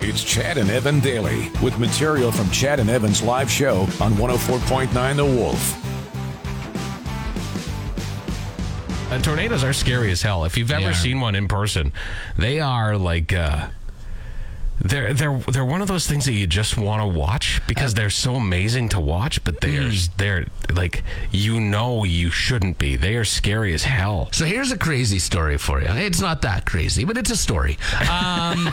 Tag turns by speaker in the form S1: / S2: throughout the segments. S1: It's Chad and Evan Daily with material from Chad and Evan's live show on 104.9 The Wolf.
S2: Uh, tornadoes are scary as hell. If you've ever
S3: are.
S2: seen one in person, they are like uh, they're they're they're one of those things that you just want to watch because they're so amazing to watch. But
S3: Mm.
S2: they're they're like you know you shouldn't be. They are scary as hell.
S3: So here's a crazy story for you. It's not that crazy, but it's a story. Um,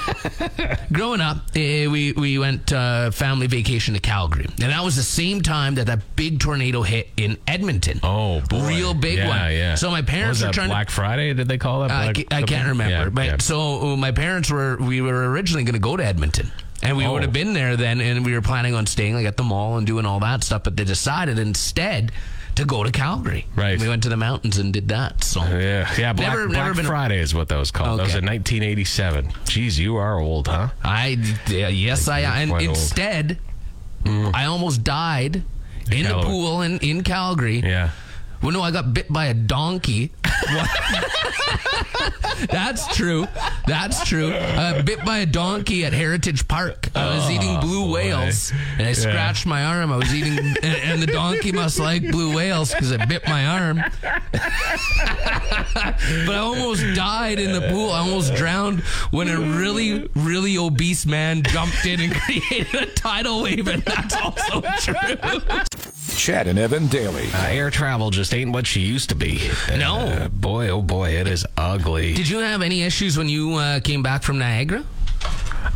S3: growing up, eh, we we went uh, family vacation to Calgary, and that was the same time that that big tornado hit in Edmonton.
S2: Oh, boy.
S3: real big
S2: yeah,
S3: one.
S2: Yeah.
S3: So my
S2: What was
S3: parents were
S2: that,
S3: trying
S2: Black Friday. Did they call that?
S3: to. I,
S2: Black,
S3: ca- I can't remember,
S2: Yeah,
S3: but
S2: yeah.
S3: so uh, my parents were. We were originally going to go to Edmonton. And we
S2: Oh.
S3: would have been there then, and we were planning on staying like at the mall and doing all that stuff. But they decided instead to go to Calgary.
S2: Right.
S3: We went to the mountains and did that. So
S2: yeah, yeah. Black,
S3: Never- never
S2: Black
S3: been a-
S2: Friday is what that was called. That was in
S3: Okay.
S2: 1987. Jeez, you are old, huh?
S3: I yeah, yes I
S2: you're
S3: and
S2: quite old.
S3: instead I almost died in a
S2: Mm. Calgary.
S3: pool in in Calgary.
S2: Yeah.
S3: Well, no, I got bit by a donkey. That's true. That's true. Uh, bit by a donkey at Heritage Park. I was eating blue
S2: boy.
S3: whales, and I scratched my arm. I was eating, and, and the donkey must like blue whales because it bit my arm. but I almost died in the pool. I almost drowned when a really, really obese man jumped in and created a tidal wave, and that's also true.
S1: Chad and Evan Daily.
S2: Uh, air travel just ain't what she used to be.
S3: No.
S2: Uh, boy, oh boy, it is ugly.
S3: Did you have any issues when you uh, came back from Niagara?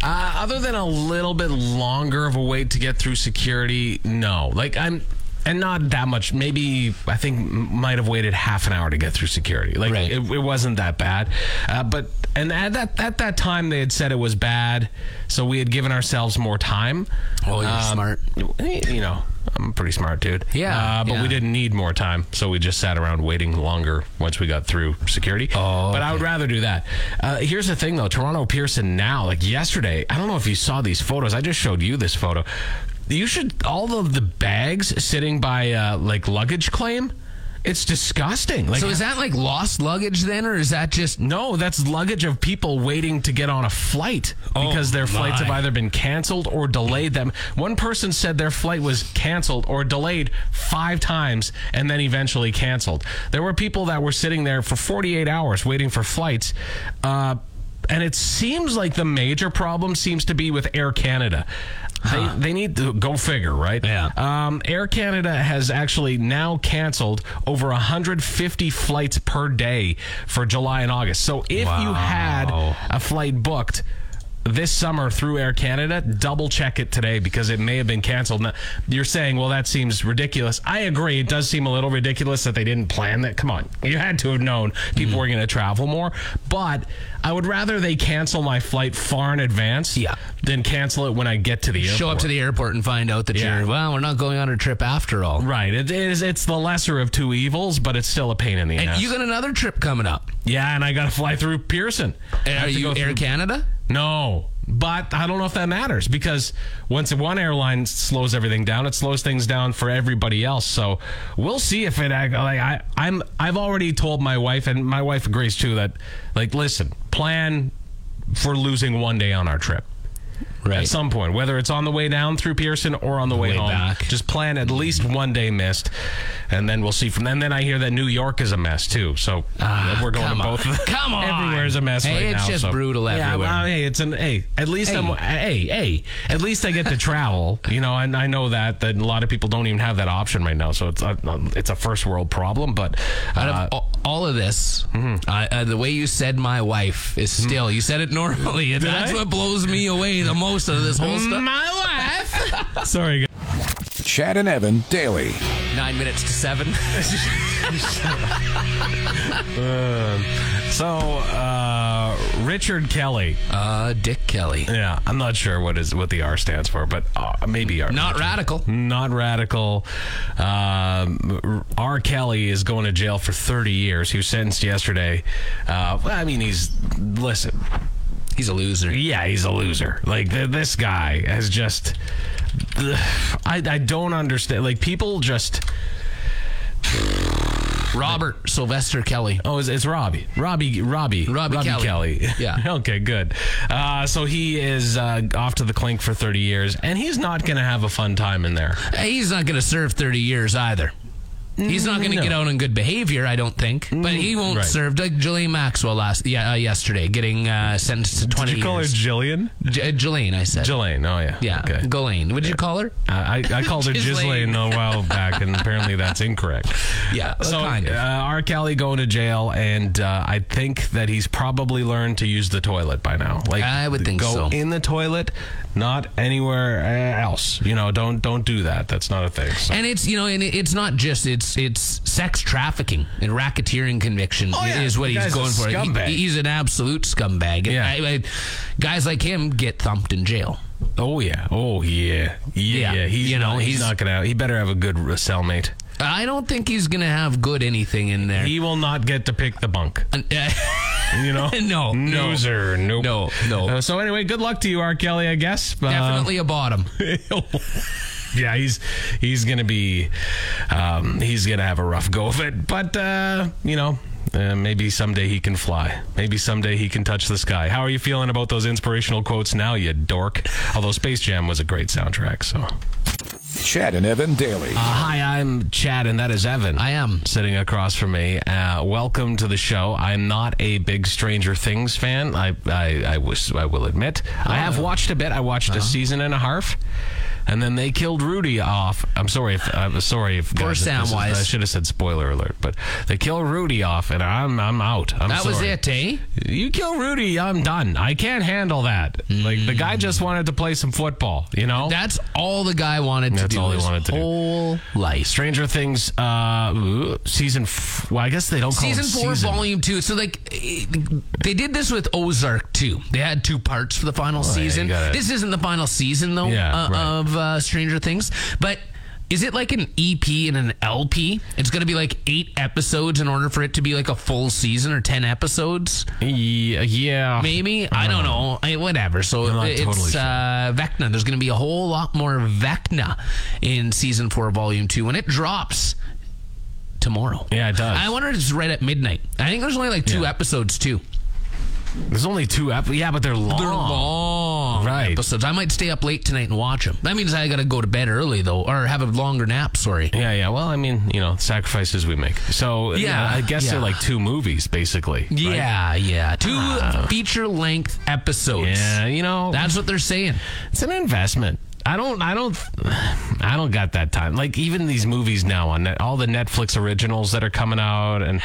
S2: Uh, other than a little bit longer of a wait to get through security, no. Like, I'm. And not that much. Maybe I think m- might have waited half an hour to get through security. Like
S3: Right.
S2: it, it wasn't that bad, uh, but and at that at that time they had said it was bad, so we had given ourselves more time. Um,
S3: Oh, you're smart.
S2: You know, I'm a pretty smart dude.
S3: Yeah,
S2: uh, but
S3: yeah.
S2: we didn't need more time, so we just sat around waiting longer once we got through security. Oh, but I would rather do that. Uh, here's the thing, though: Toronto Pearson now, like yesterday, I don't know if you saw these photos. I just showed you this photo. You should all of the bags sitting by uh, like luggage claim. It's disgusting. Like
S3: So is that like lost luggage then, or is that just
S2: no, that's luggage of people waiting to get on a flight because their flights have
S3: Oh my.
S2: either been canceled or delayed them. One person said their flight was canceled or delayed five times and then eventually canceled. There were people that were sitting there for 48 hours waiting for flights. Uh, and it seems like the major problem seems to be with Air Canada. They, they need to go figure, right?
S3: Yeah.
S2: Um, Air Canada has actually now canceled over 150 flights per day for July and August. So if you had
S3: Oh.
S2: a flight booked this summer through Air Canada, double check it today because it may have been canceled. Now, you're saying, well, that seems ridiculous. I agree. It does seem a little ridiculous that they didn't plan that. Come on. You had to have known
S3: Mm-hmm.
S2: people were going to travel more. But I would rather they cancel my flight far in advance
S3: Yeah.
S2: than cancel it when I get to the airport.
S3: show up to the airport and find out that
S2: Yeah.
S3: you're well, we're not going on a trip after all?
S2: Right. It is. It's the lesser of two evils, but it's still a pain in the
S3: And
S2: ass.
S3: you got another trip coming up.
S2: yeah, and I got to fly through Pearson. I have to
S3: Are you
S2: go
S3: Air
S2: through-
S3: Canada?
S2: No, but I don't know if that matters because once one airline slows everything down, it slows things down for everybody else. So we'll see if it. act- Like I, I'm. I've already told my wife, and my wife agrees too. That like, listen, plan for losing one day on our trip. At some point, whether it's on the way down through Pearson or on the way,
S3: Way
S2: home,
S3: back.
S2: just plan at least one day missed, and then we'll see. From and then I hear that New York is a mess too. So
S3: Ah,
S2: we're going to
S3: come on.
S2: both. of them.
S3: Come on.
S2: everywhere is a mess
S3: Hey,
S2: right
S3: it's
S2: now.
S3: just
S2: so-
S3: brutal
S2: Yeah, well,
S3: everywhere.
S2: hey, it's an hey. At least I'm hey hey. At least I get to travel. you know, and I know that that a lot of people don't even have that option right now. So it's a, it's a first world problem, but
S3: Out
S2: uh,
S3: of all, all of this,
S2: Mm-hmm.
S3: I- uh, the way you said my wife is still, you said it normally, and that's
S2: I? Mm-hmm.
S3: what blows me away the most of this whole stuff.
S2: my wife. Sorry. guys.
S1: Chad and Evan Daily.
S3: Nine minutes to seven.
S2: So uh, Richard Kelly.
S3: Uh, Dick Kelly.
S2: Yeah, I'm not sure what is what the R stands for, but uh, maybe R.
S3: Not radical.
S2: Not radical. Um, R. Kelly is going to jail for 30 years. He was sentenced yesterday. Uh, well, I mean, he's listen.
S3: He's a loser.
S2: Yeah, he's a loser. Like th- this guy has just. I I don't understand. Like people just.
S3: Robert Sylvester Kelly.
S2: Oh, it's, it's Robbie. Robbie. Robbie.
S3: Robbie Kelly. Yeah.
S2: okay, good. Uh, so he is uh, off to the clink for 30 years, and he's not going to have a fun time in there.
S3: He's not going to serve 30 years either. He's not going to
S2: No.
S3: get out on good behavior, I don't think. But he won't
S2: right.
S3: serve like Jillian Maxwell last yeah, uh, yesterday, getting uh, sentenced to 20
S2: Did you call
S3: years.
S2: her Jillian?
S3: J- uh, Jillian, I said.
S2: Jillian. Oh, yeah.
S3: yeah,
S2: Okay.
S3: Ghislaine. What did you call her?
S2: Uh, I, I I called her
S3: Ghislaine.
S2: Ghislaine a while back, and apparently that's incorrect.
S3: Yeah,
S2: So
S3: kind of.
S2: uh, R. Kelly going to jail, and uh, I think that he's probably learned to use the toilet by now. Like
S3: I would think
S2: go
S3: so.
S2: in the toilet, not anywhere uh, else. You know, don't don't do that. That's not a thing. So.
S3: And it's you know, and it- it's not just it's it's sex trafficking and racketeering conviction
S2: Oh, yeah.
S3: is what
S2: The
S3: he's
S2: guy's a
S3: going for. He-
S2: scumbag.
S3: he's an absolute scumbag.
S2: Yeah.
S3: I- I- guys like him get thumped in jail.
S2: Oh yeah. Oh yeah. Yeah.
S3: Yeah.
S2: yeah. He's
S3: You know,
S2: not, he's,
S3: he's-
S2: not gonna. He better have a good r- cellmate.
S3: I don't think he's gonna have good anything in there. Uh,
S2: He will not get to pick the bunk.
S3: And-
S2: You know.
S3: No, no.
S2: Loser. Nope.
S3: no, no,
S2: Uh, so anyway, good luck to you, R. Kelly. I guess. Um,
S3: definitely a bottom.
S2: yeah, he's he's gonna be um, he's gonna have a rough go of it. But uh, you know, uh, maybe someday he can fly. Maybe someday he can touch the sky. How are you feeling about those inspirational quotes now, you dork? Although Space Jam was a great soundtrack, so.
S1: Chad and Evan daily.
S2: Uh, hi, I'm Chad, and that is Evan.
S3: I am.
S2: sitting across from me. Uh, welcome to the show. I'm not a big Stranger Things fan. I I, I was I will admit. I
S3: Oh.
S2: have watched a bit. I watched
S3: Uh-huh.
S2: a season and a half, and then they killed Rudy off. I'm sorry if I'm sorry if
S3: Poor
S2: guys, if this is-
S3: Samwise.
S2: I should have said spoiler alert, but they kill Rudy off, and I'm I'm out. I'm
S3: That was
S2: sorry.
S3: it, eh?
S2: You kill Rudy, I'm done. I can't handle that. Like the guy just wanted to play some football, you know.
S3: That's all the guy wanted to
S2: That's
S3: do.
S2: all he
S3: his
S2: wanted to do.
S3: whole life.
S2: Stranger Things, uh, season. F- well, I guess they don't call
S3: season
S2: it
S3: four,
S2: season.
S3: volume two. So like, eh, they did this with Ozark too. They had two parts for the final
S2: Oh, you
S3: season.
S2: gotta-
S3: this isn't the final season though
S2: Yeah,
S3: uh,
S2: right.
S3: of uh, Stranger Things, but. Is it like an EP and an LP? It's going to be like eight episodes in order for it to be like a full season or ten episodes,
S2: Yeah, yeah.
S3: maybe. I don't know. Uh-huh. I, whatever. So
S2: not
S3: it's
S2: totally sure.
S3: uh, Vecna. There's going to be a whole lot more Vecna in season four, volume two, when it drops tomorrow.
S2: Yeah, it does.
S3: I wonder if it's right at midnight. I think there's only like two
S2: Yeah.
S3: episodes too.
S2: There's only two ep- Yeah, but they're long.
S3: They're long
S2: Right.
S3: episodes. I might stay up late tonight and watch them. Oh. That means I got to go to bed early though, or have a longer nap. Sorry.
S2: Yeah, yeah. Well, I mean, you know, sacrifices we make. So, yeah,
S3: Yeah,
S2: I guess
S3: yeah.
S2: they're like two movies, basically. right?
S3: Yeah, yeah. Two feature length episodes.
S2: Yeah, you know,
S3: That's what they're saying.
S2: it's an investment. I don't, I don't, I don't got that time. Like even these movies now on net, all the Netflix originals that are coming out, and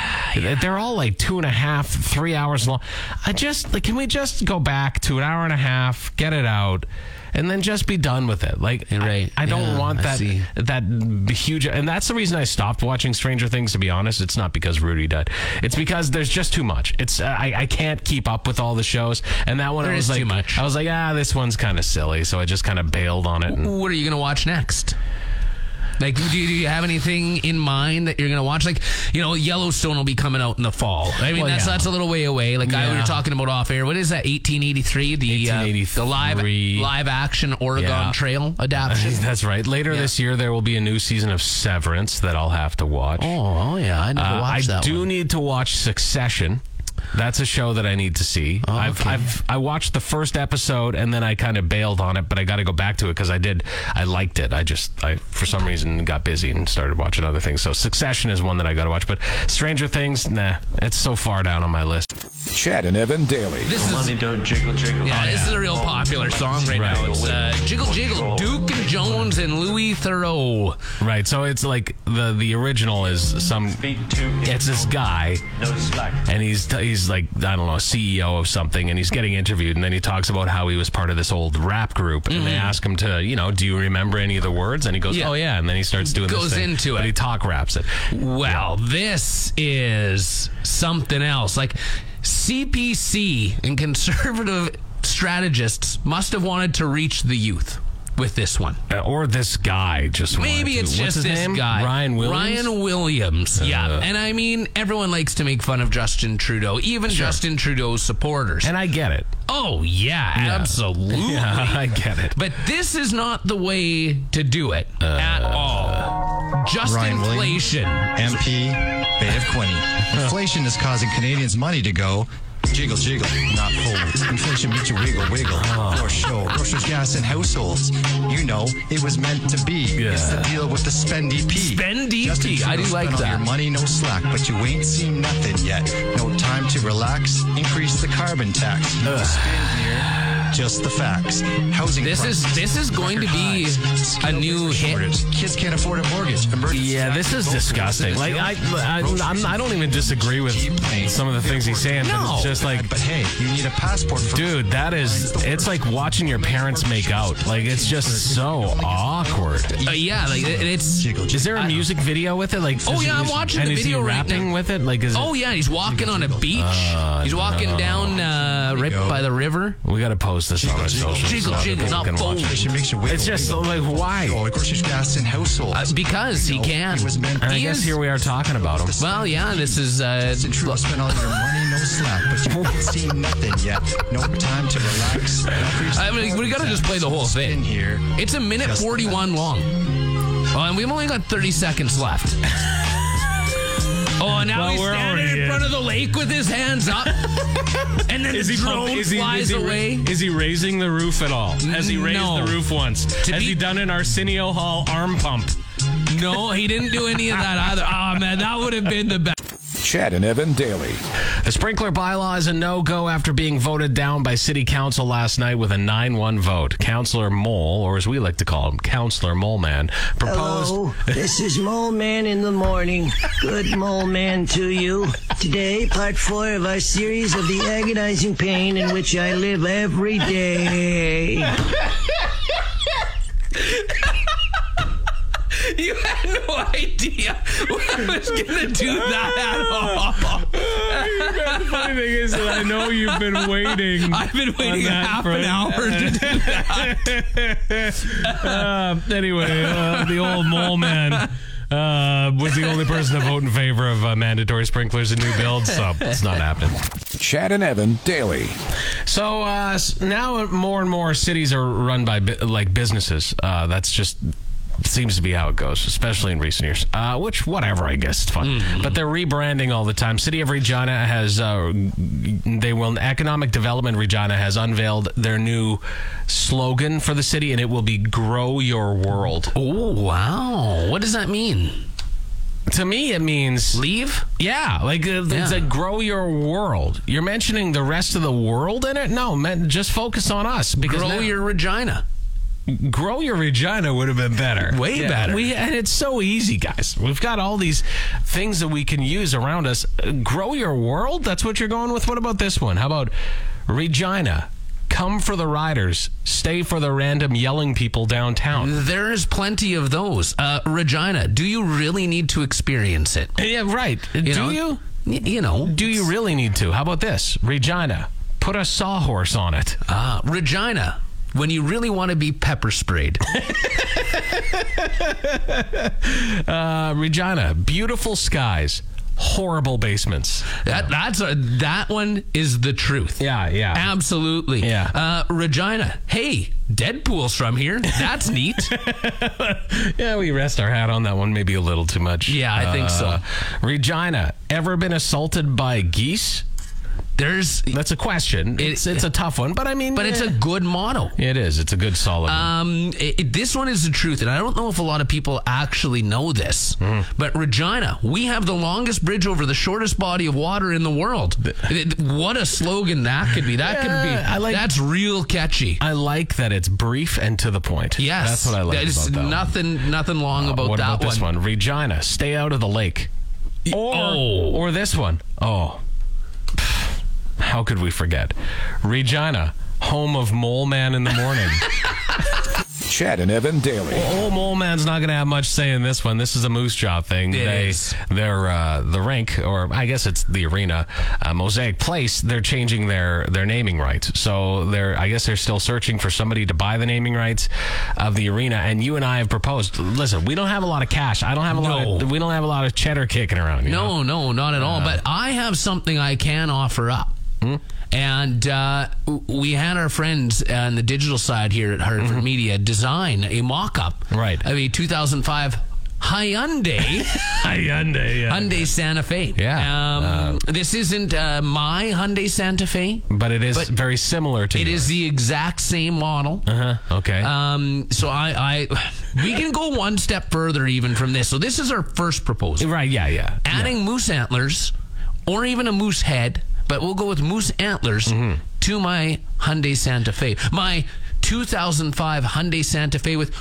S2: they're all like two and a half, three hours long. I just like, can we just go back to an hour and a half, get it out, and then just be done with it? Like,
S3: You're right.
S2: I, I don't
S3: Yeah,
S2: want
S3: I
S2: that
S3: see.
S2: that huge, and that's the reason I stopped watching Stranger Things. To be honest, it's not because Rudy died. It's because there's just too much. It's uh, I, I can't keep up with all the shows, and that one I
S3: There
S2: was
S3: is
S2: like,
S3: too much.
S2: I was like, ah, this one's kind of silly, so I just kind of bailed on it. And,
S3: What are you gonna watch next? Like, do you, do you have anything in mind that you're gonna watch? Like, you know, Yellowstone will be coming out in the fall. I mean,
S2: Well,
S3: that's
S2: yeah.
S3: that's a little way away. Like I we
S2: Yeah.
S3: were talking about off air. What is that? 1883, the Uh, the live
S2: 1883.
S3: live action Oregon
S2: Yeah.
S3: Trail adaptation.
S2: That's right. Later this year, there will be a new season of Severance that I'll have to watch.
S3: oh, oh, yeah, I never
S2: Uh, I
S3: watched that.
S2: do
S3: one.
S2: need to watch Succession. That's a show that I need to see. I've,
S3: Oh, okay.
S2: I've I watched the first episode and then I kind of bailed on it, but I got to go back to it because I did. I liked it. I just I for some reason got busy and started watching other things. So Succession is one that I got to watch, but Stranger Things, nah, it's so far down on my list.
S1: Chad and Evan daily.
S3: This is
S4: Money don't jiggle jiggle.
S3: yeah, this is a real popular song right,
S2: Right.
S3: now. It's uh, Jiggle Jiggle, Duke and Jones and Louis Theroux.
S2: Right. So it's like the the original is some.
S4: Speak to
S2: It's this guy.
S4: no slack.
S2: and he's he's like I don't know CEO of something, and he's getting interviewed, and then he talks about how he was part of this old rap group, and they ask him to you know do you remember any of the words, and he goes
S3: Mm-hmm. Yeah.
S2: oh yeah, and then he starts doing
S3: Goes
S2: this thing,
S3: into
S2: but
S3: it.
S2: he talk raps it.
S3: Well, this is something else. Like CPC and conservative strategists must have wanted to reach the youth with this one.
S2: Uh, or this guy just wanted
S3: Maybe
S2: to-
S3: it's
S2: what's
S3: just
S2: his
S3: this
S2: name?
S3: guy,
S2: Ryan Williams.
S3: Ryan Williams, yeah.
S2: Uh.
S3: And I mean, everyone likes to make fun of Justin Trudeau, even Justin Trudeau's supporters.
S2: and I get it.
S3: oh yeah, absolutely.
S2: Yeah, I get it.
S3: But this is not the
S2: Uh.
S3: way to do it at all. Just
S5: Ryan Williams.
S3: inflation.
S5: MP
S4: Bay of Quinny. Inflation is causing Canadians' money to go jiggle, jiggle, not forward. Inflation meets you wiggle, wiggle. Or show, groceries, gas, and households. You know, it was meant to be. It's the deal with the spendy P.
S3: Spendy
S4: Justin
S3: P. I do
S4: Trudeau
S3: like
S4: spent all
S3: that.
S4: your money, no slack, but you ain't seen nothing yet. No time to relax. Increase the carbon tax. No spin here. Just the facts. Housing.
S3: This is-
S4: prices,
S3: this is going to
S4: record
S3: be
S4: highs.
S3: a new hit.
S4: Shortage. Kids can't afford a mortgage. Emergency
S2: Yeah, this is disgusting. Like I, I, I'm, I don't even disagree with some of the things he's saying, but it's just like,
S4: But hey, you need a passport for
S2: dude, that is, it's like watching your parents make out. Like it's just so awkward.
S3: Uh, yeah, like it- it's.
S4: jiggle.
S2: Is there a music video with it? Like,
S3: Oh,
S2: is
S3: yeah,
S2: he-
S3: I'm watching
S2: and
S3: the
S2: is he
S3: video right
S2: rapping
S3: now.
S2: with it. Like, is
S3: Oh
S2: it,
S3: yeah, he's walking on a beach.
S4: Ah,
S3: he's walking down uh, right by the river. uh,
S2: we got to post this on our
S4: jiggle,
S2: socials.
S3: jiggle,
S2: so
S3: jiggle,
S2: people
S3: not
S2: can watch
S3: fold.
S2: it.
S4: Inflation makes you wiggle,
S2: It's just
S4: wiggle.
S2: like why?
S4: Oh, of course, there's gas in households.
S3: Uh, because he can.
S4: It was meant-
S2: And I
S3: He
S2: guess
S3: is-
S2: here we are talking about him.
S3: Well, yeah, this is. Uh,
S4: It's true. Spend all your money, no slack, but you haven't seen nothing yet. No time to relax.
S3: I mean, we gotta just play the whole thing.
S4: In here,
S3: it's a minute
S4: Just
S3: forty-one long. Oh, and we've only got thirty seconds left. Oh, and now
S2: Well,
S3: he's
S2: we're
S3: standing
S2: already
S3: in
S2: in.
S3: front of the lake with his hands up, and then the drone flies away.
S2: Is he raising the roof at all? Has he raised
S3: No.
S2: the roof once?
S3: To
S2: Has
S3: be-
S2: he done an Arsenio Hall arm pump?
S3: No, he didn't do any of that either. Oh man, that would have been the best.
S1: Chad and Evan daily.
S2: The sprinkler bylaw is a no go after being voted down by city council last night with a 9 1 vote. Councillor Mole, or as we like to call him, Councillor Moleman, proposed.
S5: Hello, this is Mole Man in the morning. Good Mole Man to you. Today, part four of our series of the agonizing pain in which I live every day.
S3: You had no idea I was gonna do that at all.
S2: the funny thing is that I know you've been waiting.
S3: I've been waiting
S2: that
S3: half an
S2: front.
S3: hour to do
S2: Uh, anyway, uh, the old mole man uh, was the only person to vote in favor of uh, mandatory sprinklers in new builds, so it's not happening.
S1: Chad and Evan daily.
S2: So uh, s- now more and more cities are run by bu- like businesses. Uh, that's just seems to be how it goes, especially in recent years. Uh, which, whatever, I guess it's fun.
S3: Mm-hmm.
S2: But they're rebranding all the time. City of Regina has uh, they will economic development. Regina has unveiled their new slogan for the city, and it will be "Grow Your World."
S3: Oh wow! What does that mean?
S2: To me, it means
S3: Leave?
S2: Yeah, like uh,
S3: Yeah.
S2: it's like grow your world. You're mentioning the rest of the world in it. No, man, just focus on us. Because
S3: Grow
S2: now-
S3: your Regina.
S2: grow your Regina would have been better,
S3: Way better.
S2: We and it's so easy, guys. We've got all these things that we can use around us. Uh, grow your world. That's what you're going with. What about this one? How about Regina? Come for the riders, stay for the random yelling people downtown.
S3: There is plenty of those. Uh, Regina, do you really need to experience it?
S2: Yeah, right. Do
S3: know?
S2: you?
S3: Y- you know.
S2: Do you really need to? How about this, Regina? Put a sawhorse on it.
S3: Uh, Regina, when you really want to be pepper sprayed.
S2: Uh, Regina, beautiful skies, horrible basements.
S3: that, that's a, that one is the truth.
S2: Yeah, yeah.
S3: Absolutely.
S2: Yeah.
S3: Uh, Regina, hey, Deadpool's from here. That's neat.
S2: yeah, we rest our hat on that one maybe a little too much. Uh,
S3: Yeah, I think so.
S2: Regina, ever been assaulted by geese?
S3: There's,
S2: That's a question. it's it's a tough one, but I mean,
S3: but it's a good motto.
S2: it is. It's a good solid. one.
S3: Um, i i- this one is the truth, and I don't know if a lot of people actually know this. But Regina, we have the longest bridge over the shortest body of water in the world. Th- th- what a slogan that could be! That could be.
S2: Yeah, I like-
S3: that's real catchy.
S2: I like that it's brief and to the point.
S3: yes,
S2: that's what I like
S3: There's
S2: about that. one. Uh,
S3: nothing, nothing long about
S2: what
S3: that
S2: about this one? Regina, stay out of the lake. Or,
S3: oh.
S2: or this one. Oh. How could we forget? Regina, home of Mole Man in the morning.
S1: Chad and Evan daily.
S2: Old Mole Man's not going to have much say in this one. This is a Moose Jaw thing.
S3: It
S2: they,
S3: is.
S2: They're uh, the rink, or I guess it's the arena, uh, Mosaic Place. They're changing their their naming rights, so they're I guess they're still searching for somebody to buy the naming rights of the arena. And you and I have proposed. Listen, we don't have a lot of cash. I don't have a lot.
S3: No.
S2: Of, we don't have a lot of cheddar kicking around. you know?
S3: No, no, not at all. But I have something I can offer up. And uh, w- we had our friends on the digital side here at Hartford Media design a mock up
S2: Right.
S3: of a 2005 Hyundai.
S6: Hyundai. Yeah.
S3: Hyundai Santa Fe.
S6: Yeah.
S3: Um, this isn't uh, my Hyundai Santa Fe.
S2: But it is
S3: But
S2: very similar to
S3: It is the exact same model.
S2: Uh huh. Okay.
S3: Um, so I, I, we can go one step further even from this. So this is our first proposal:
S2: right. Yeah. Yeah.
S3: adding moose antlers, or even a moose head, but we'll go with moose antlers
S2: Mm-hmm.
S3: to my Hyundai Santa Fe. My 2005 Hyundai Santa Fe with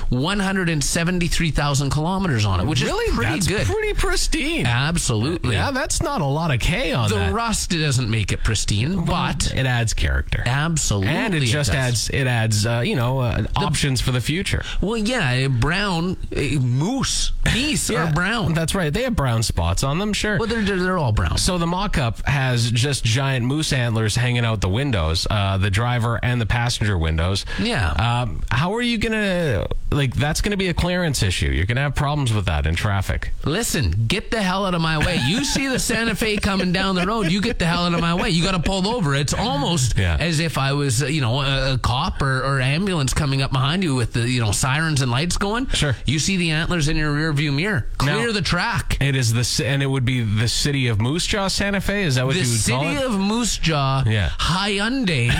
S3: 173,000 kilometers on it, which
S2: Really?
S3: is pretty
S2: That's
S3: good.
S2: Pretty pristine.
S3: Absolutely.
S2: yeah. That's not a lot of K on
S3: the
S2: that.
S3: rust doesn't make it pristine, but
S2: it adds character.
S3: absolutely,
S2: and it just
S3: does.
S2: adds it adds uh, you know uh, options for the future.
S3: Well, yeah, brown eh, moose geese are brown.
S2: That's right. They have brown spots on them. Sure.
S3: Well, they're, they're, they're all brown.
S2: So the mock-up has just giant moose antlers hanging out the windows, uh, the driver and the passenger windows.
S3: Yeah.
S2: Um, how are you gonna like? That's gonna be a clearance issue. You're gonna have problems with that in traffic.
S3: Listen, get the hell out of my way. You see the Santa Fe coming down the road, you get the hell out of my way. You got to pull over. It's almost
S2: Yeah.
S3: as if I was, uh, you know, a, a cop or, or ambulance coming up behind you with the, you know, sirens and lights going.
S2: Sure.
S3: You see the antlers in your rearview mirror. Clear
S2: Now-
S3: the track.
S2: It is the ci- and it would be the city of Moose Jaw, Santa Fe. Is that what
S3: The
S2: you would call
S3: city
S2: it?
S3: of Moose Jaw,
S2: Yeah.
S3: Hyundai,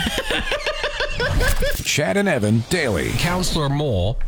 S1: Chad and Evan daily.
S2: Counselor Mole.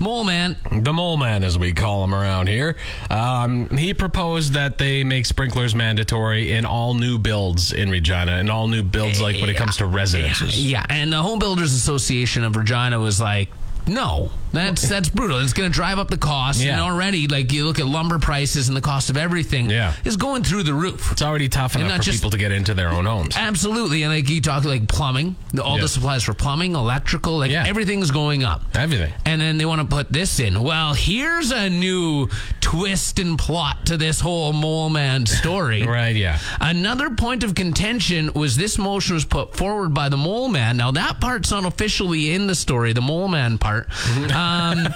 S3: Mole Man.
S2: The mole man, as we call him around here, um, he proposed that they make sprinklers mandatory in all new builds in Regina, in all new builds, like when it comes to residences.
S3: Yeah, and the Home Builders Association of Regina was like, no, that's that's brutal. It's going to drive up the cost.
S2: Yeah.
S3: And already, like you look at lumber prices and the cost of everything,
S2: Yeah.
S3: is going through the roof.
S2: It's already tough enough
S3: not
S2: for
S3: just-
S2: people to get into their own homes.
S3: Absolutely, and like you talk like plumbing, the- all
S2: Yeah.
S3: the supplies for plumbing, electrical, like
S2: Yeah.
S3: everything's going up.
S2: Everything.
S3: And then they want to put this in. Well, here's a new twist and plot to this whole mole man story.
S2: Right, yeah.
S3: Another point of contention was this motion was put forward by the mole man. Now that part's not officially in the story, the mole man part.
S2: Mm-hmm.
S3: Um,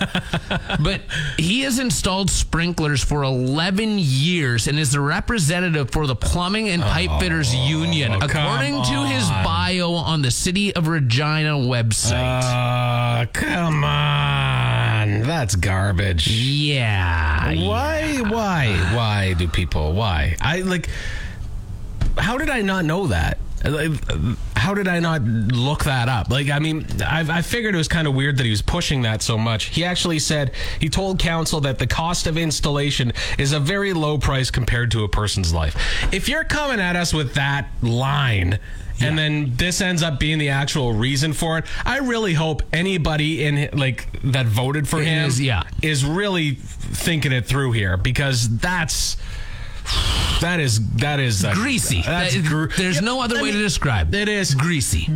S3: but he has installed sprinklers for 11 years and is the representative for the Plumbing and Pipe Fitters Union,
S2: Oh, come
S3: according to his
S2: on.
S3: bio on the City of Regina website.
S2: Uh, come on. That's garbage.
S3: yeah.
S2: Why, why, why do people, why? I like, how did I not know that? Like, How did I not look that up? Like, I mean, I, I figured it was kind of weird that he was pushing that so much. He actually said he told council that the cost of installation is a very low price compared to a person's life. If you're coming at us with that line, and then this ends up being the actual reason for it. I really hope anybody in like that voted for him
S3: is, yeah.
S2: is really thinking it through here because that's that is that is uh,
S3: Greasy.
S2: That's
S3: That-
S2: gr-
S3: There's no other
S2: I
S3: way to
S2: mean,
S3: describe
S2: It is
S3: Greasy.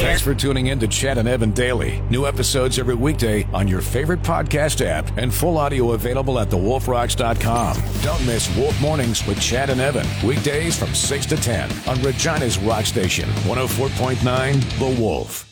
S1: Thanks for tuning in to Chad and Evan Daily. New episodes every weekday on your favorite podcast app and full audio available at thewolfrocks.com. Don't miss Wolf Mornings with Chad and Evan. oh Weekdays from 6 to 10 on Regina's Rock Station, 104.9 The Wolf.